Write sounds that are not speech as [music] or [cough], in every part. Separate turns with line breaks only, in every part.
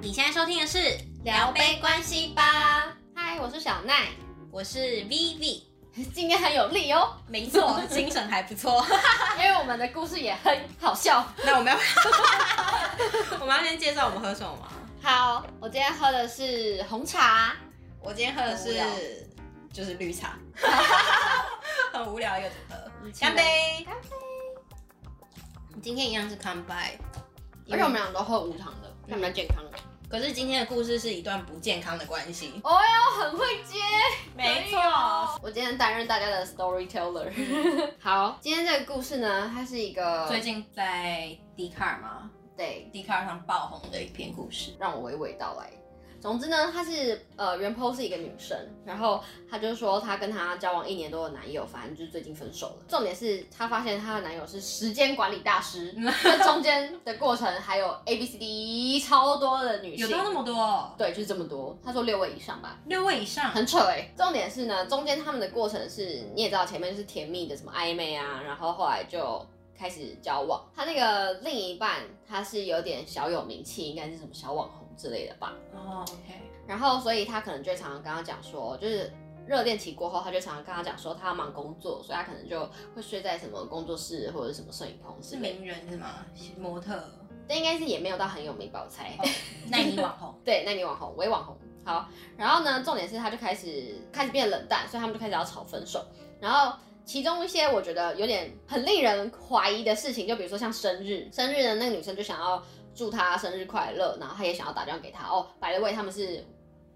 你现在收听的是《
聊杯关系吧。嗨，我是小奈，
我是 Vivi，
今天很有力 [laughs] 哦，
没错，精神还不错。
因为我们的故事也很好笑。
[laughs] 那我们要， [laughs] 我们要先介绍我们喝什么吗？
好，我今天喝的是红茶，
我今天喝的
很无
是
聊
就是绿茶， [laughs] 很无聊又怎么喝？
请
干
来
杯！
干
杯！今天一样是康拜，
而且我们俩都喝无糖的，看比较健康的。
可是今天的故事是一段不健康的关系。
哦哟，很会接。
没
错我今天担任大家的 storyteller。好， [laughs] 今天这个故事呢，它是一个
最近在 d 卡尔吗
对
d 卡尔上爆红的一篇故事。
让我娓娓道来。总之呢，她是呃原 po 是一个女生，然后她就说她跟她交往一年多的男友，反正就是最近分手了。重点是她发现她的男友是时间管理
[laughs]
大师，这中间的过程还有 A B C D 超多的女性
有，到那么多？
对，就是这么多。她说六位以上吧，
六位以上，
很扯哎、重点是呢，中间他们的过程是，你也知道前面是甜蜜的什么暧昧啊，然后后来就开始交往。他那个另一半他是有点小有名气，应该是什么小网红之类的吧。
哦，OK，
然后所以他可能就会常常跟他讲说，就是热恋期过后，他就常常跟他讲说他要忙工作，所以他可能就会睡在什么工作室或者什么摄影棚
是
之类的。
名人是吗？模特，
但应该是也没有到很有名吧，我猜。
那你网红，
对，那女网红，伪网红。好，然后呢，重点是他就开始开始变冷淡，所以他们就开始要吵分手。然后其中一些我觉得有点很令人怀疑的事情，就比如说像生日，生日呢那个女生就想要祝他生日快乐，然后他也想要打电话给他。哦，白了位他们是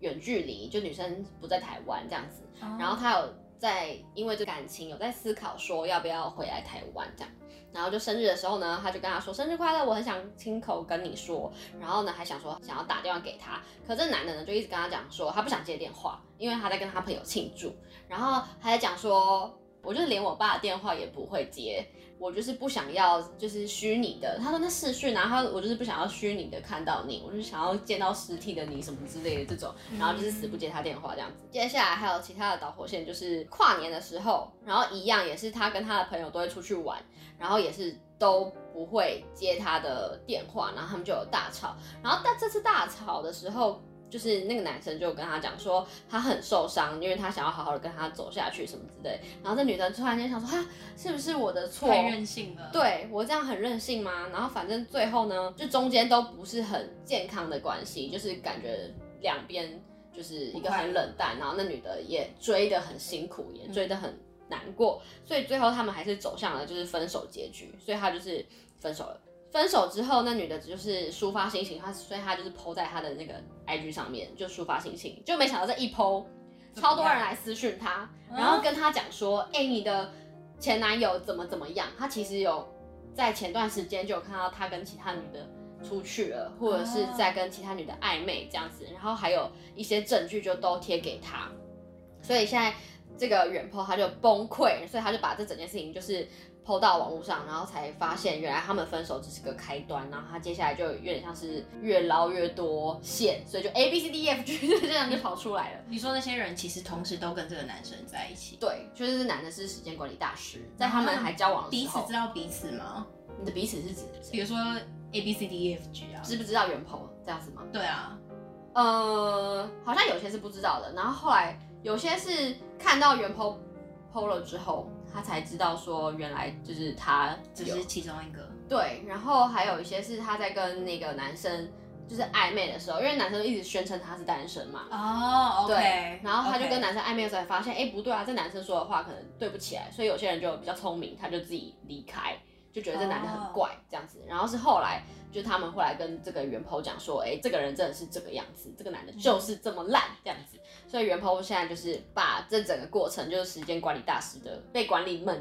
远距离，就女生不在台湾这样子。
哦
然后他有在因为这感情有在思考说要不要回来台湾这样，然后就生日的时候呢，他就跟他说生日快乐，我很想亲口跟你说，然后呢还想说想要打电话给他，可这男的呢就一直跟他讲说他不想接电话，因为他在跟他朋友庆祝，然后还在讲说。我就是连我爸的电话也不会接，我就是不想要，就是虚拟的。他说那视讯啊，他说我就是不想要虚拟的看到你，我就是想要见到实体的你什么之类的这种。然后就是死不接他电话这样子。接下来还有其他的导火线，就是跨年的时候，然后一样也是他跟他的朋友都会出去玩，然后也是都不会接他的电话，然后他们就有大吵。然后但这次大吵的时候。就是那个男生就跟他讲说，他很受伤，因为他想要好好的跟他走下去什么之类。然后这女生突然间想说，哈，是不是我的错？
太任性了。，
对我这样很任性吗？然后反正最后呢，就中间都不是很健康的关系，就是感觉两边就是一个很冷淡，然后那女的也追得很辛苦，也追得很难过，所以最后他们还是走向了就是分手结局，所以他就是分手了。分手之后，那女的就是抒发心情，她所以她就是 PO 在她的那个 IG 上面就抒发心情，就没想到这一 PO，
怎么样
超多人来私讯她，
嗯
然后跟她讲说，哎、你的前男友怎么怎么样？她其实有在前段时间就有看到他跟其他女的出去了，或者是在跟其他女的暧昧这样子，然后还有一些证据就都贴给他，所以现在这个远坡他就崩溃，所以他就把这整件事情就是抛到网络上，然后才发现原来他们分手只是个开端，然后他接下来就有点像是越捞越多线，所以就 A B C D E F G 就这样就跑出来了。
你说那些人其实同时都跟这个男生在一起，
对，就是这男的是时间管理大师，在他们还交往的
彼
时
此
候
知，道彼此吗？
你的彼此是指
比
谁
如说 A B C D E F G 啊，
知不知道远坡这样子吗？
对啊，
呃，好像有些是不知道的，然后后来有些是看到原 PO PO 了之后，他才知道说原来就是他
只
有
是其中一个。
对，然后还有一些是他在跟那个男生就是暧昧的时候，因为男生一直宣称他是单身嘛。
哦
对，然后他就跟
OK
男生暧昧的时候，才发现，哎、不对啊，这男生说的话可能对不起来，所以有些人就比较聪明，他就自己离开，就觉得这男的很怪这样子。然后是后来，就他们后来跟这个袁鹏讲说，哎、这个人真的是这个样子，这个男的就是这么烂这样子。所以袁鹏现在就是把这整个过程，就是时间管理大师的被管理们，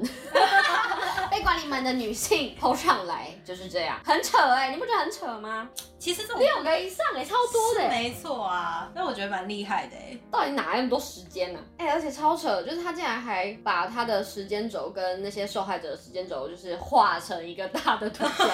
[laughs] 被管理们的女性 [laughs] 抛上来，就是这样，很扯哎、你不觉得很扯吗？
其实这种
六个以上哎、超多的、
是
欸。
没错啊，那我觉得蛮厉害的哎。 [laughs]
到底哪来那么多时间呢、哎、而且超扯，就是他竟然还把他的时间轴跟那些受害者的时间轴，就是画成一个大的图标，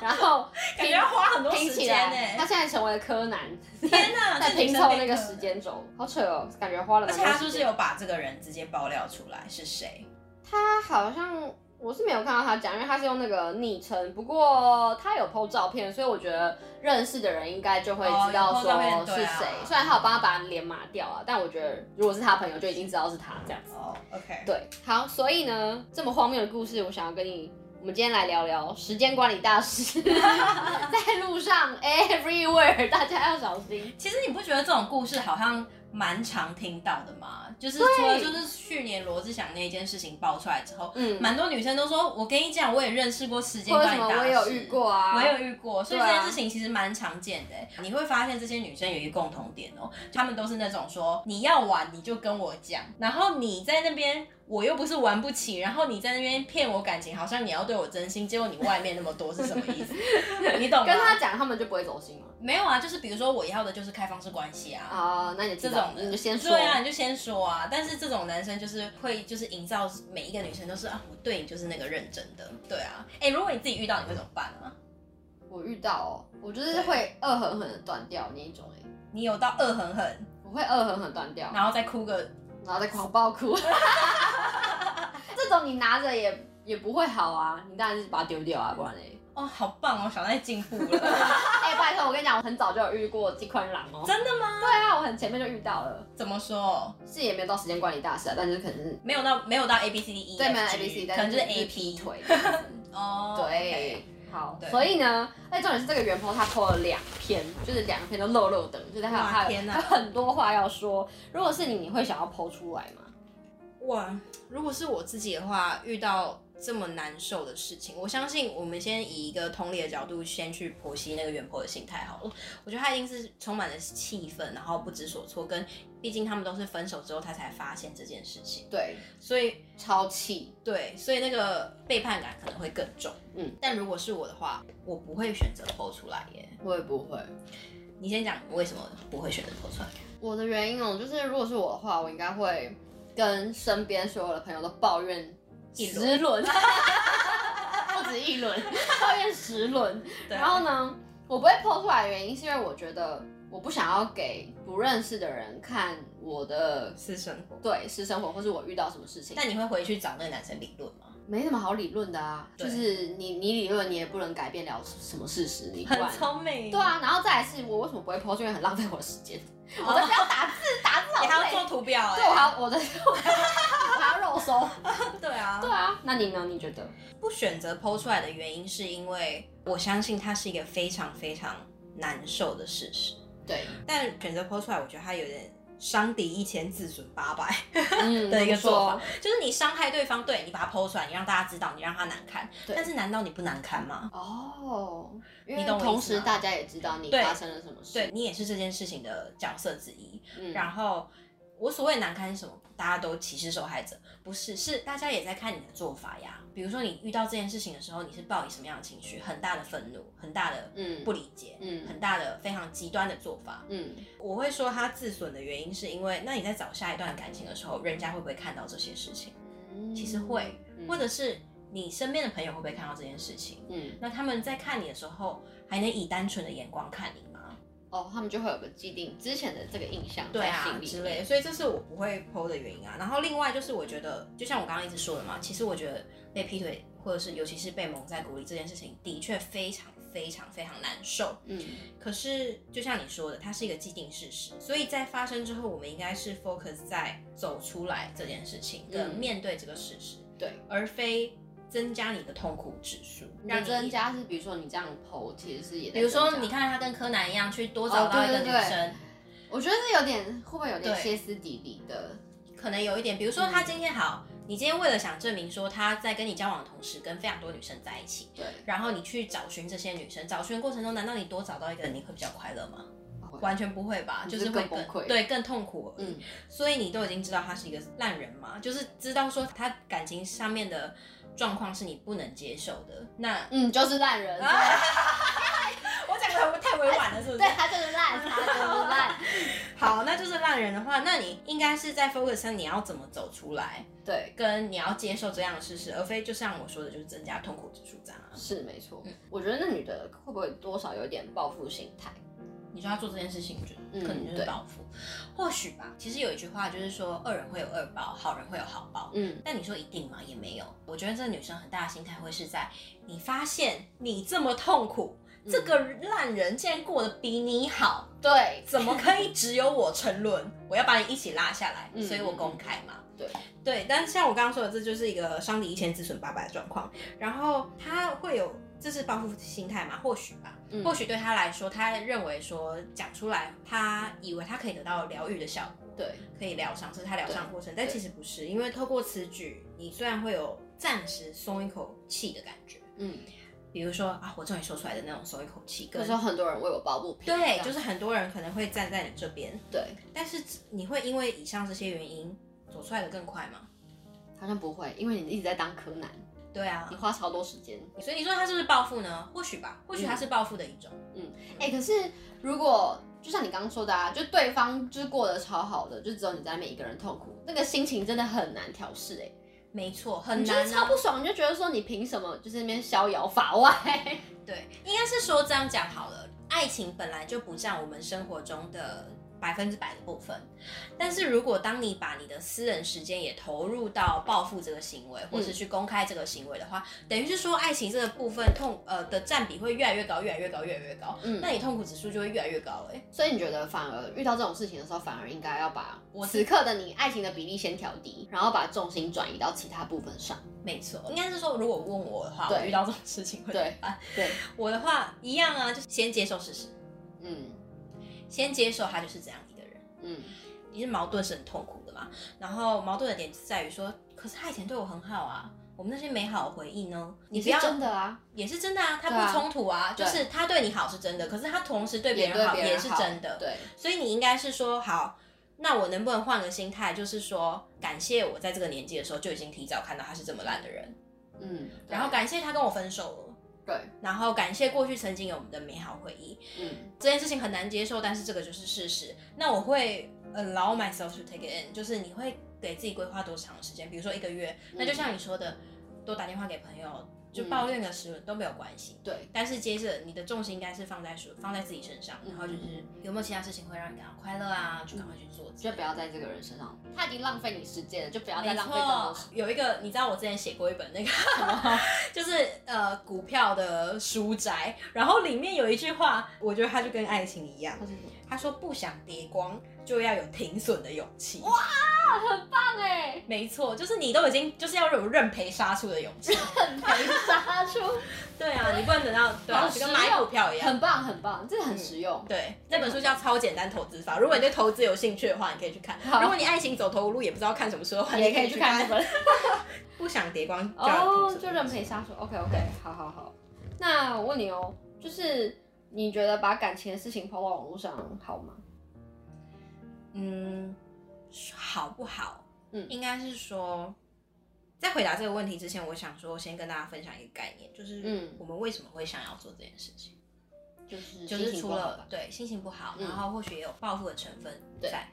然 [laughs] 后
感觉要花很多
拼
时
起
间
来。他
哎。
现在成为了柯南，
天哪，
在
这女
拼
生
凑
被
那个
坑了
时。间轴，好扯哦，感觉花了
而
蛮
且
多
他是
时
不是
间。
有把这个人直接爆料出来是谁？
他好像我是没有看到他讲，因为他是用那个昵称，不过他有 PO 照片，所以我觉得认识的人应该就会知道
哦有 po
说
照片
是
对啊
谁。虽然他有帮他把脸码掉啊，但我觉得如果是他朋友，就已经知道是他这样子。
哦，OK，
对，好，所以呢，这么荒谬的故事，我想要跟你，我们今天来聊聊时间管理大
[laughs]
师，在路上 everywhere，大家要小心。
其实你不觉得这种故事好像蛮常听到的吗？就是除了就是去年罗志祥那件事情爆出来之后，
嗯，
蛮多女生都说，我跟你讲，我也认识过时间
或者
管理
什么
大师，
我也有遇。过啊，
我也有遇过，所以这
对啊
件事情其实蛮常见的欸、你会发现这些女生有一个共同点哦、她们都是那种说你要玩你就跟我讲，然后你在那边我又不是玩不起，然后你在那边骗我感情，好像你要对我真心，结果你外面那么多是什么意思？你懂吗？
[laughs] 跟他讲，他们就不会走心了。
没有啊，就是比如说我要的就是开放式关系啊，
啊、那你知
这
道
种的
你就先说。
对啊，你就先说啊。但是这种男生就是会就是营造每一个女生都是啊，我对你就是那个认真的，对啊。哎、如果你自己遇到，你会怎么办啊？
我遇到哦，我就是会恶狠狠的断掉那一种哎、
你有到恶狠狠，
我会恶狠狠地断掉，
然后再哭个，
然后再狂暴哭。
[laughs]
这种你拿着也也不会好啊，你当然是把它丢掉啊，不然嘞。
哦，好棒哦，小奈进步了。 [laughs]
[laughs] 哎、拜托，我跟你讲，我很早就有遇过这款狼哦。
真的吗？
对啊，我很前面就遇到了，
怎么说？
是也没有到时间管理大师啊，但是可能是
没有到没有到 A B C D E，
对没有
F
A
G
B C，
可能就是 A
劈
P
腿这样子。
[laughs] 哦，
对，好
对，
所以呢，哎，重点是这个原 po 他 po 了两篇，就是两篇都漏漏等，就是他有
哇
他有
天哪
他有很多话要说。如果是你，你会想要 po 出来吗？
哇，如果是我自己的话，遇到这么难受的事情，我相信我们先以一个同理的角度，先去剖析那个远婆的心态好了。我觉得他一定是充满了气愤，然后不知所措，跟毕竟他们都是分手之后他才发现这件事情，
对，
所以
超气，
对，所以那个背叛感可能会更重。
嗯，
但如果是我的话，我不会选择剖出来耶。
我也不会。
你先讲为什么不会选择剖出来？
我的原因哦，就是如果是我的话，我应该会跟身边所有的朋友都抱怨
一
十
[laughs]
轮，不止一轮，抱怨十轮。
对啊
然后呢，我不会剖出来的原因是因为我觉得我不想要给不认识的人看我的
私生活，
对私生活，或是我遇到什么事情，
但你会回去找那个男生理论吗？
没什么好理论的啊。就
对
是你你理论你也不能改变了什么事实，你不然
聪明
对，啊。然后再来是我为什么不会 po，是因为很浪费我的时间，我都不要打字，打字好
哦你还要
累
做图表哎、
啊对，我还要我的，我还要我还要肉搜。
对啊，
对啊，那你呢？你觉得？
不选择剖出来的原因，是因为我相信它是一个非常非常难受的事实。
对，
但选择剖出来，我觉得它有点伤敌一千，自损八百
嗯
的一个做
怎么
法，就是你伤害对方，对你把它剖出来，你让大家知道，你让他难堪。
对
但是难道你不难堪吗？
说哦，因为
你懂我意思吗
同时大家也知道你
对
发生了什么事。
对，你也是这件事情的角色之一。
嗯
然后我所谓难堪是什么？大家都歧视受害者，不是？是大家也在看你的做法呀。比如说你遇到这件事情的时候，你是抱以什么样的情绪？很大的愤怒，很大的
嗯
不理解，
嗯
很大的非常极端的做法。
嗯，
我会说他自损的原因是因为，那你在找下一段感情的时候，人家会不会看到这些事情？其实会，
嗯
或者是你身边的朋友会不会看到这件事情？
嗯
那他们在看你的时候，还能以单纯的眼光看你吗？
哦，他们就会有个既定之前的这个印象
对
在
啊
心里
之类的，所以这是我不会剖的原因啊。然后另外就是我觉得，就像我刚刚一直说的嘛，其实我觉得被劈腿或者是尤其是被蒙在鼓里这件事情，的确非常非常非常难受。
嗯
可是就像你说的，它是一个既定事实，所以在发生之后，我们应该是 focus 在走出来这件事情，跟
嗯
面对这个事实，
对，
而非增加你的痛苦指数，
你
让
的
你
增。加是比如说你这样剖，其实是也在
比如
增
说，
加
你，看他跟柯南一样，去多
哦
找到一个
对
女
对
生，
对我觉得是有点会不会有点
对
歇斯底里的，
可能有一点，比如说他
嗯
今天好，你今天为了想证明说他在跟你交往的同时跟非常多女生在一起，
对，
然后你去找寻这些女生，找寻的过程中，难道你多找到一个你会比较快乐吗？
会
完全不会吧，
你
就
就是是
会
更崩溃
对更痛苦而已。
嗯
所以你都已经知道他是一个烂人嘛，就是知道说他感情上面的状况是你不能接受的。那
嗯，就是烂
[laughs]
人，
我讲的太委婉了，是不
[laughs] 对，对他就是烂，他就是烂，
哎好，那就是烂人的话，那你应该是在 focus 上你要怎么走出来，
对。
跟你要接受这样的事实，而非就像我说的，就是增加痛苦指数这样啊。
嗯是没错，我觉得那女的会不会多少有一点报复心态？
你说叫他做这件事情，我觉
嗯
得可能就是
对
报复，或许吧。其实有一句话就是说，恶人会有恶报，好人会有好报。
嗯，
但你说一定吗？也没有。我觉得这女生很大的心态会是在你发现你这么痛苦，
嗯
这个烂人竟然过得比你好，
对，
怎么可以只有我沉沦？我要把你一起拉下来，
嗯
所以我公开嘛。
对
对，但像我刚刚说的，这就是一个伤敌一千自损八百的状况。然后他会有这是报复心态嘛？或许吧，
嗯
或许对他来说，他认为说讲出来，他以为他可以得到疗愈的效果，
对，
可以疗伤，是他疗伤的过程，但
对
其实不是，因为透过此举，你虽然会有暂时松一口气的感觉，
嗯，
比如说啊，我终于说出来的那种松一口气，
可
跟
是有很多人为我抱不平，这
对，
样
就是很多人可能会站在你这边，
对，
但是你会因为以上这些原因走出来的更快吗？
好像不会，因为你一直在当柯南，
对啊
你，花超多时间。
所以你说他是不是报复呢？或许吧，或许他
嗯
是报复的一种。
哎、可是如果就像你刚刚说的啊，就对方就是过得超好的，就只有你在那边一个人痛苦，那个心情真的很难调试哎、
没错，很
你就
难、
是超
啊。
不爽，你就觉得说你凭什么就是那边逍遥法外？ [laughs]
对，应该是说这样讲好了，爱情本来就不占我们生活中的百分之百的部分，但是如果当你把你的私人时间也投入到报复这个行为，或是去公开这个行为的话，
嗯
等于是说爱情这个部分痛呃的占比会越来越高，越来越高，越来越高，
嗯
那你痛苦指数就会越来越高、欸，哎。
所以你觉得反而遇到这种事情的时候，反而应该要把
我
此刻的你爱情的比例先调低，然后把重心转移到其他部分上。
[laughs] 没错，应该是说，如果问我的话，
嗯对
我遇到这种事情会怎么办？
对，
我的话一样啊，就是先接受事实，
嗯
先接受他就是这样一个人。
嗯
你是矛盾是很痛苦的嘛？然后矛盾的点在于说，可是他以前对我很好啊，我们那些美好的回忆呢？你
你
不
是
要
真的啊，
也是真的啊，他
对啊
不冲突啊，
对
就是他对你好是真的，可是他同时对别
对
人好
别人
也是真的，
对，
所以你应该是说好。那我能不能换个心态，就是说感谢我在这个年纪的时候就已经提早看到他是这么烂的人，
嗯，
然后感谢他跟我分手了，
对，
然后感谢过去曾经有我们的美好回忆。
嗯
这件事情很难接受，但是这个就是事实。那我会 allow myself to take it in，就是你会给自己规划多长的时间，比如说一个月。那就像你说的，多打电话给朋友，就
嗯
抱怨个十轮都没有关系。
对，
但是接着你的重心应该是放在说放在自己身上，
嗯
然后就是有没有其他事情会让你感到快乐啊，就赶快去做。
就不要在这个人身上，他已经浪费你时间了，就不要再
没
浪费这么多
错
时，
有一个你知道我之前写过一本那个 [laughs] 就是呃股票的书摘，然后里面有一句话，我觉得它就跟爱情一样，
间。
他说不想跌光就要有停损的勇气。
棒哎，
没错，就是你都已经就是要有认赔杀出的勇气。
很没杀出，
[laughs] 对啊，你不能等到对啊，
好
就
实
跟买股票一样。
很棒很棒，这个很实用。
对，那本书叫《超简单投资法》，如果你对投资有兴趣的话，你可以去看
好；
如果你爱情走投无路，也不知道看什么书的话，
也
嗯你
可以
以
去看
看
这。本。
不想跌光就要有
哦，
停
就
损
认
的勇气。
赔杀手。OK OK，好好好。那我问你哦，就是你觉得把感情的事情抛到网络上好吗？
嗯，好不好？
嗯
嗯，应该是说，在回答这个问题之前，我想说先跟大家分享一个概念，就是
嗯
我们为什么会想要做这件事情。
就是
就是
心情
除
不好
了
吧
对心情不好，
嗯
然后或许也有报复的成分
对
在。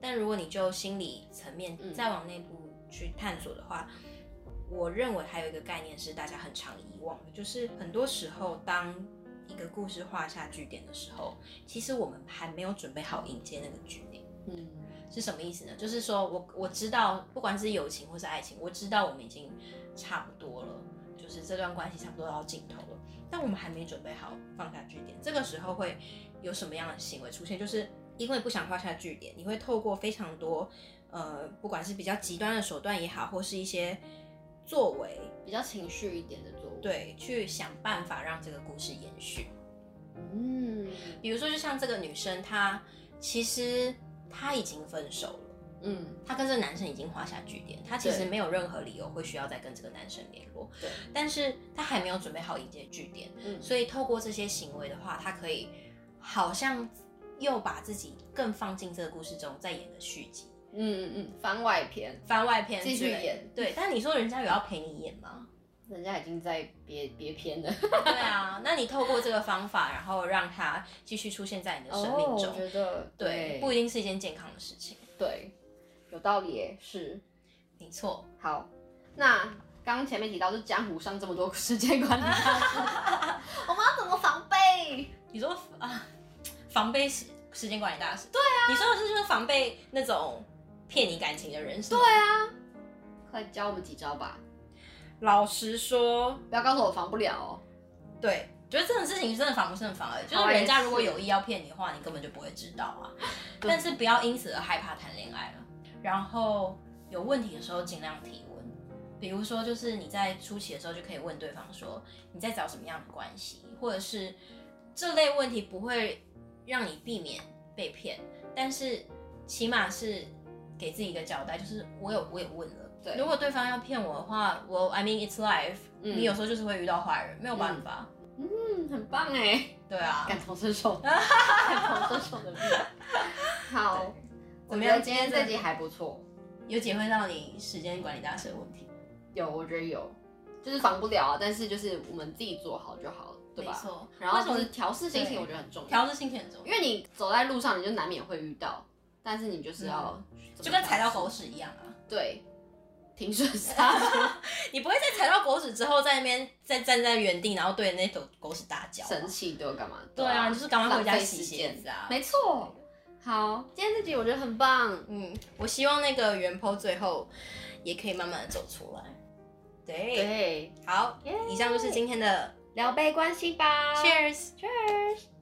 但如果你就心理层面
嗯
再往内部去探索的话，我认为还有一个概念是大家很常遗忘的，就是很多时候当一个故事画下句点的时候，其实我们还没有准备好迎接那个句点。
嗯
是什么意思呢？就是说我我知道，不管是友情或是爱情，我知道我们已经差不多了，就是这段关系差不多到尽头了，但我们还没准备好放下据点。这个时候会有什么样的行为出现？就是因为不想画下据点，你会透过非常多呃，不管是比较极端的手段也好，或是一些作为，
比较情绪一点的作物。，
对，去想办法让这个故事延续。
嗯
比如说，就像这个女生，她其实她已经分手了。
嗯，
她跟这个男生已经画下句点，她其实
对
没有任何理由会需要再跟这个男生联络，
对，
但是她还没有准备好迎接据点，
嗯
所以透过这些行为的话，她可以好像又把自己更放进这个故事中，再演个续集，
嗯嗯嗯，番外篇，
番外篇
继
之
续
类的
演。
对，但你说人家有要陪你演吗？ [laughs]
人家已经在别别篇了。
对啊，那你透过这个方法，然后让他继续出现在你的生命
哦我
中，
觉得
对，不一定是一件健康的事情。
对，有道理耶，是。
没错，
好，那刚刚前面提到，就江湖上这么多时间管理大师，我们要怎么防备？
你说啊，防备时时间管理大师。对啊，你说的是就是防备那种骗你感情的人，是吗
对啊，快教我们几招吧，
老实说，
不要告诉我防不了哦。
对，觉得这种事情真的防不胜防、欸，就
好啊
是
像
人家
是
如果有意要骗你的话，你根本就不会知道啊。
对
但是不要因此而害怕谈恋爱啊了。然后有问题的时候尽量提问，比如说就是你在初期的时候就可以问对方说你在找什么样的关系，或者是这类问题不会让你避免被骗，但是起码是给自己一个交代，就是我有我也问了。
对
如果对方要骗我的话，我 I mean it's life，、
嗯
你有时候就是会遇到坏人，没有办法。
嗯，很棒哎，
对啊，
感同身
[laughs]
受，感同身受的病。好，我
怎么
觉
样
得今天这集还不错，
有解会让你时间管理大师的问题，
有我觉得有，就是防不了啊，但是就是我们自己做好就好了，对吧？
错
然后
为什
就
么
是调试心情，
对
我觉得很重要，
调试心情很重要，
因为你走在路上，你就难免会遇到，但是你就是要、
嗯就跟踩到狗
屎，
屎一样啊，
对，停损刹车，
你不会在踩到狗屎之后在那边再站在原地，然后对那头狗屎大叫啊。
生气对我干嘛？
对啊，你就是赶快回家
浪费
洗
时
鞋
间
子啊。
没错。好，今天这集我觉得很棒，
嗯，我希望那个原 po 最后也可以慢慢的走出来。对，
对，
好
耶，
以上就是今天的
聊杯关系吧
Cheers。
Cheers。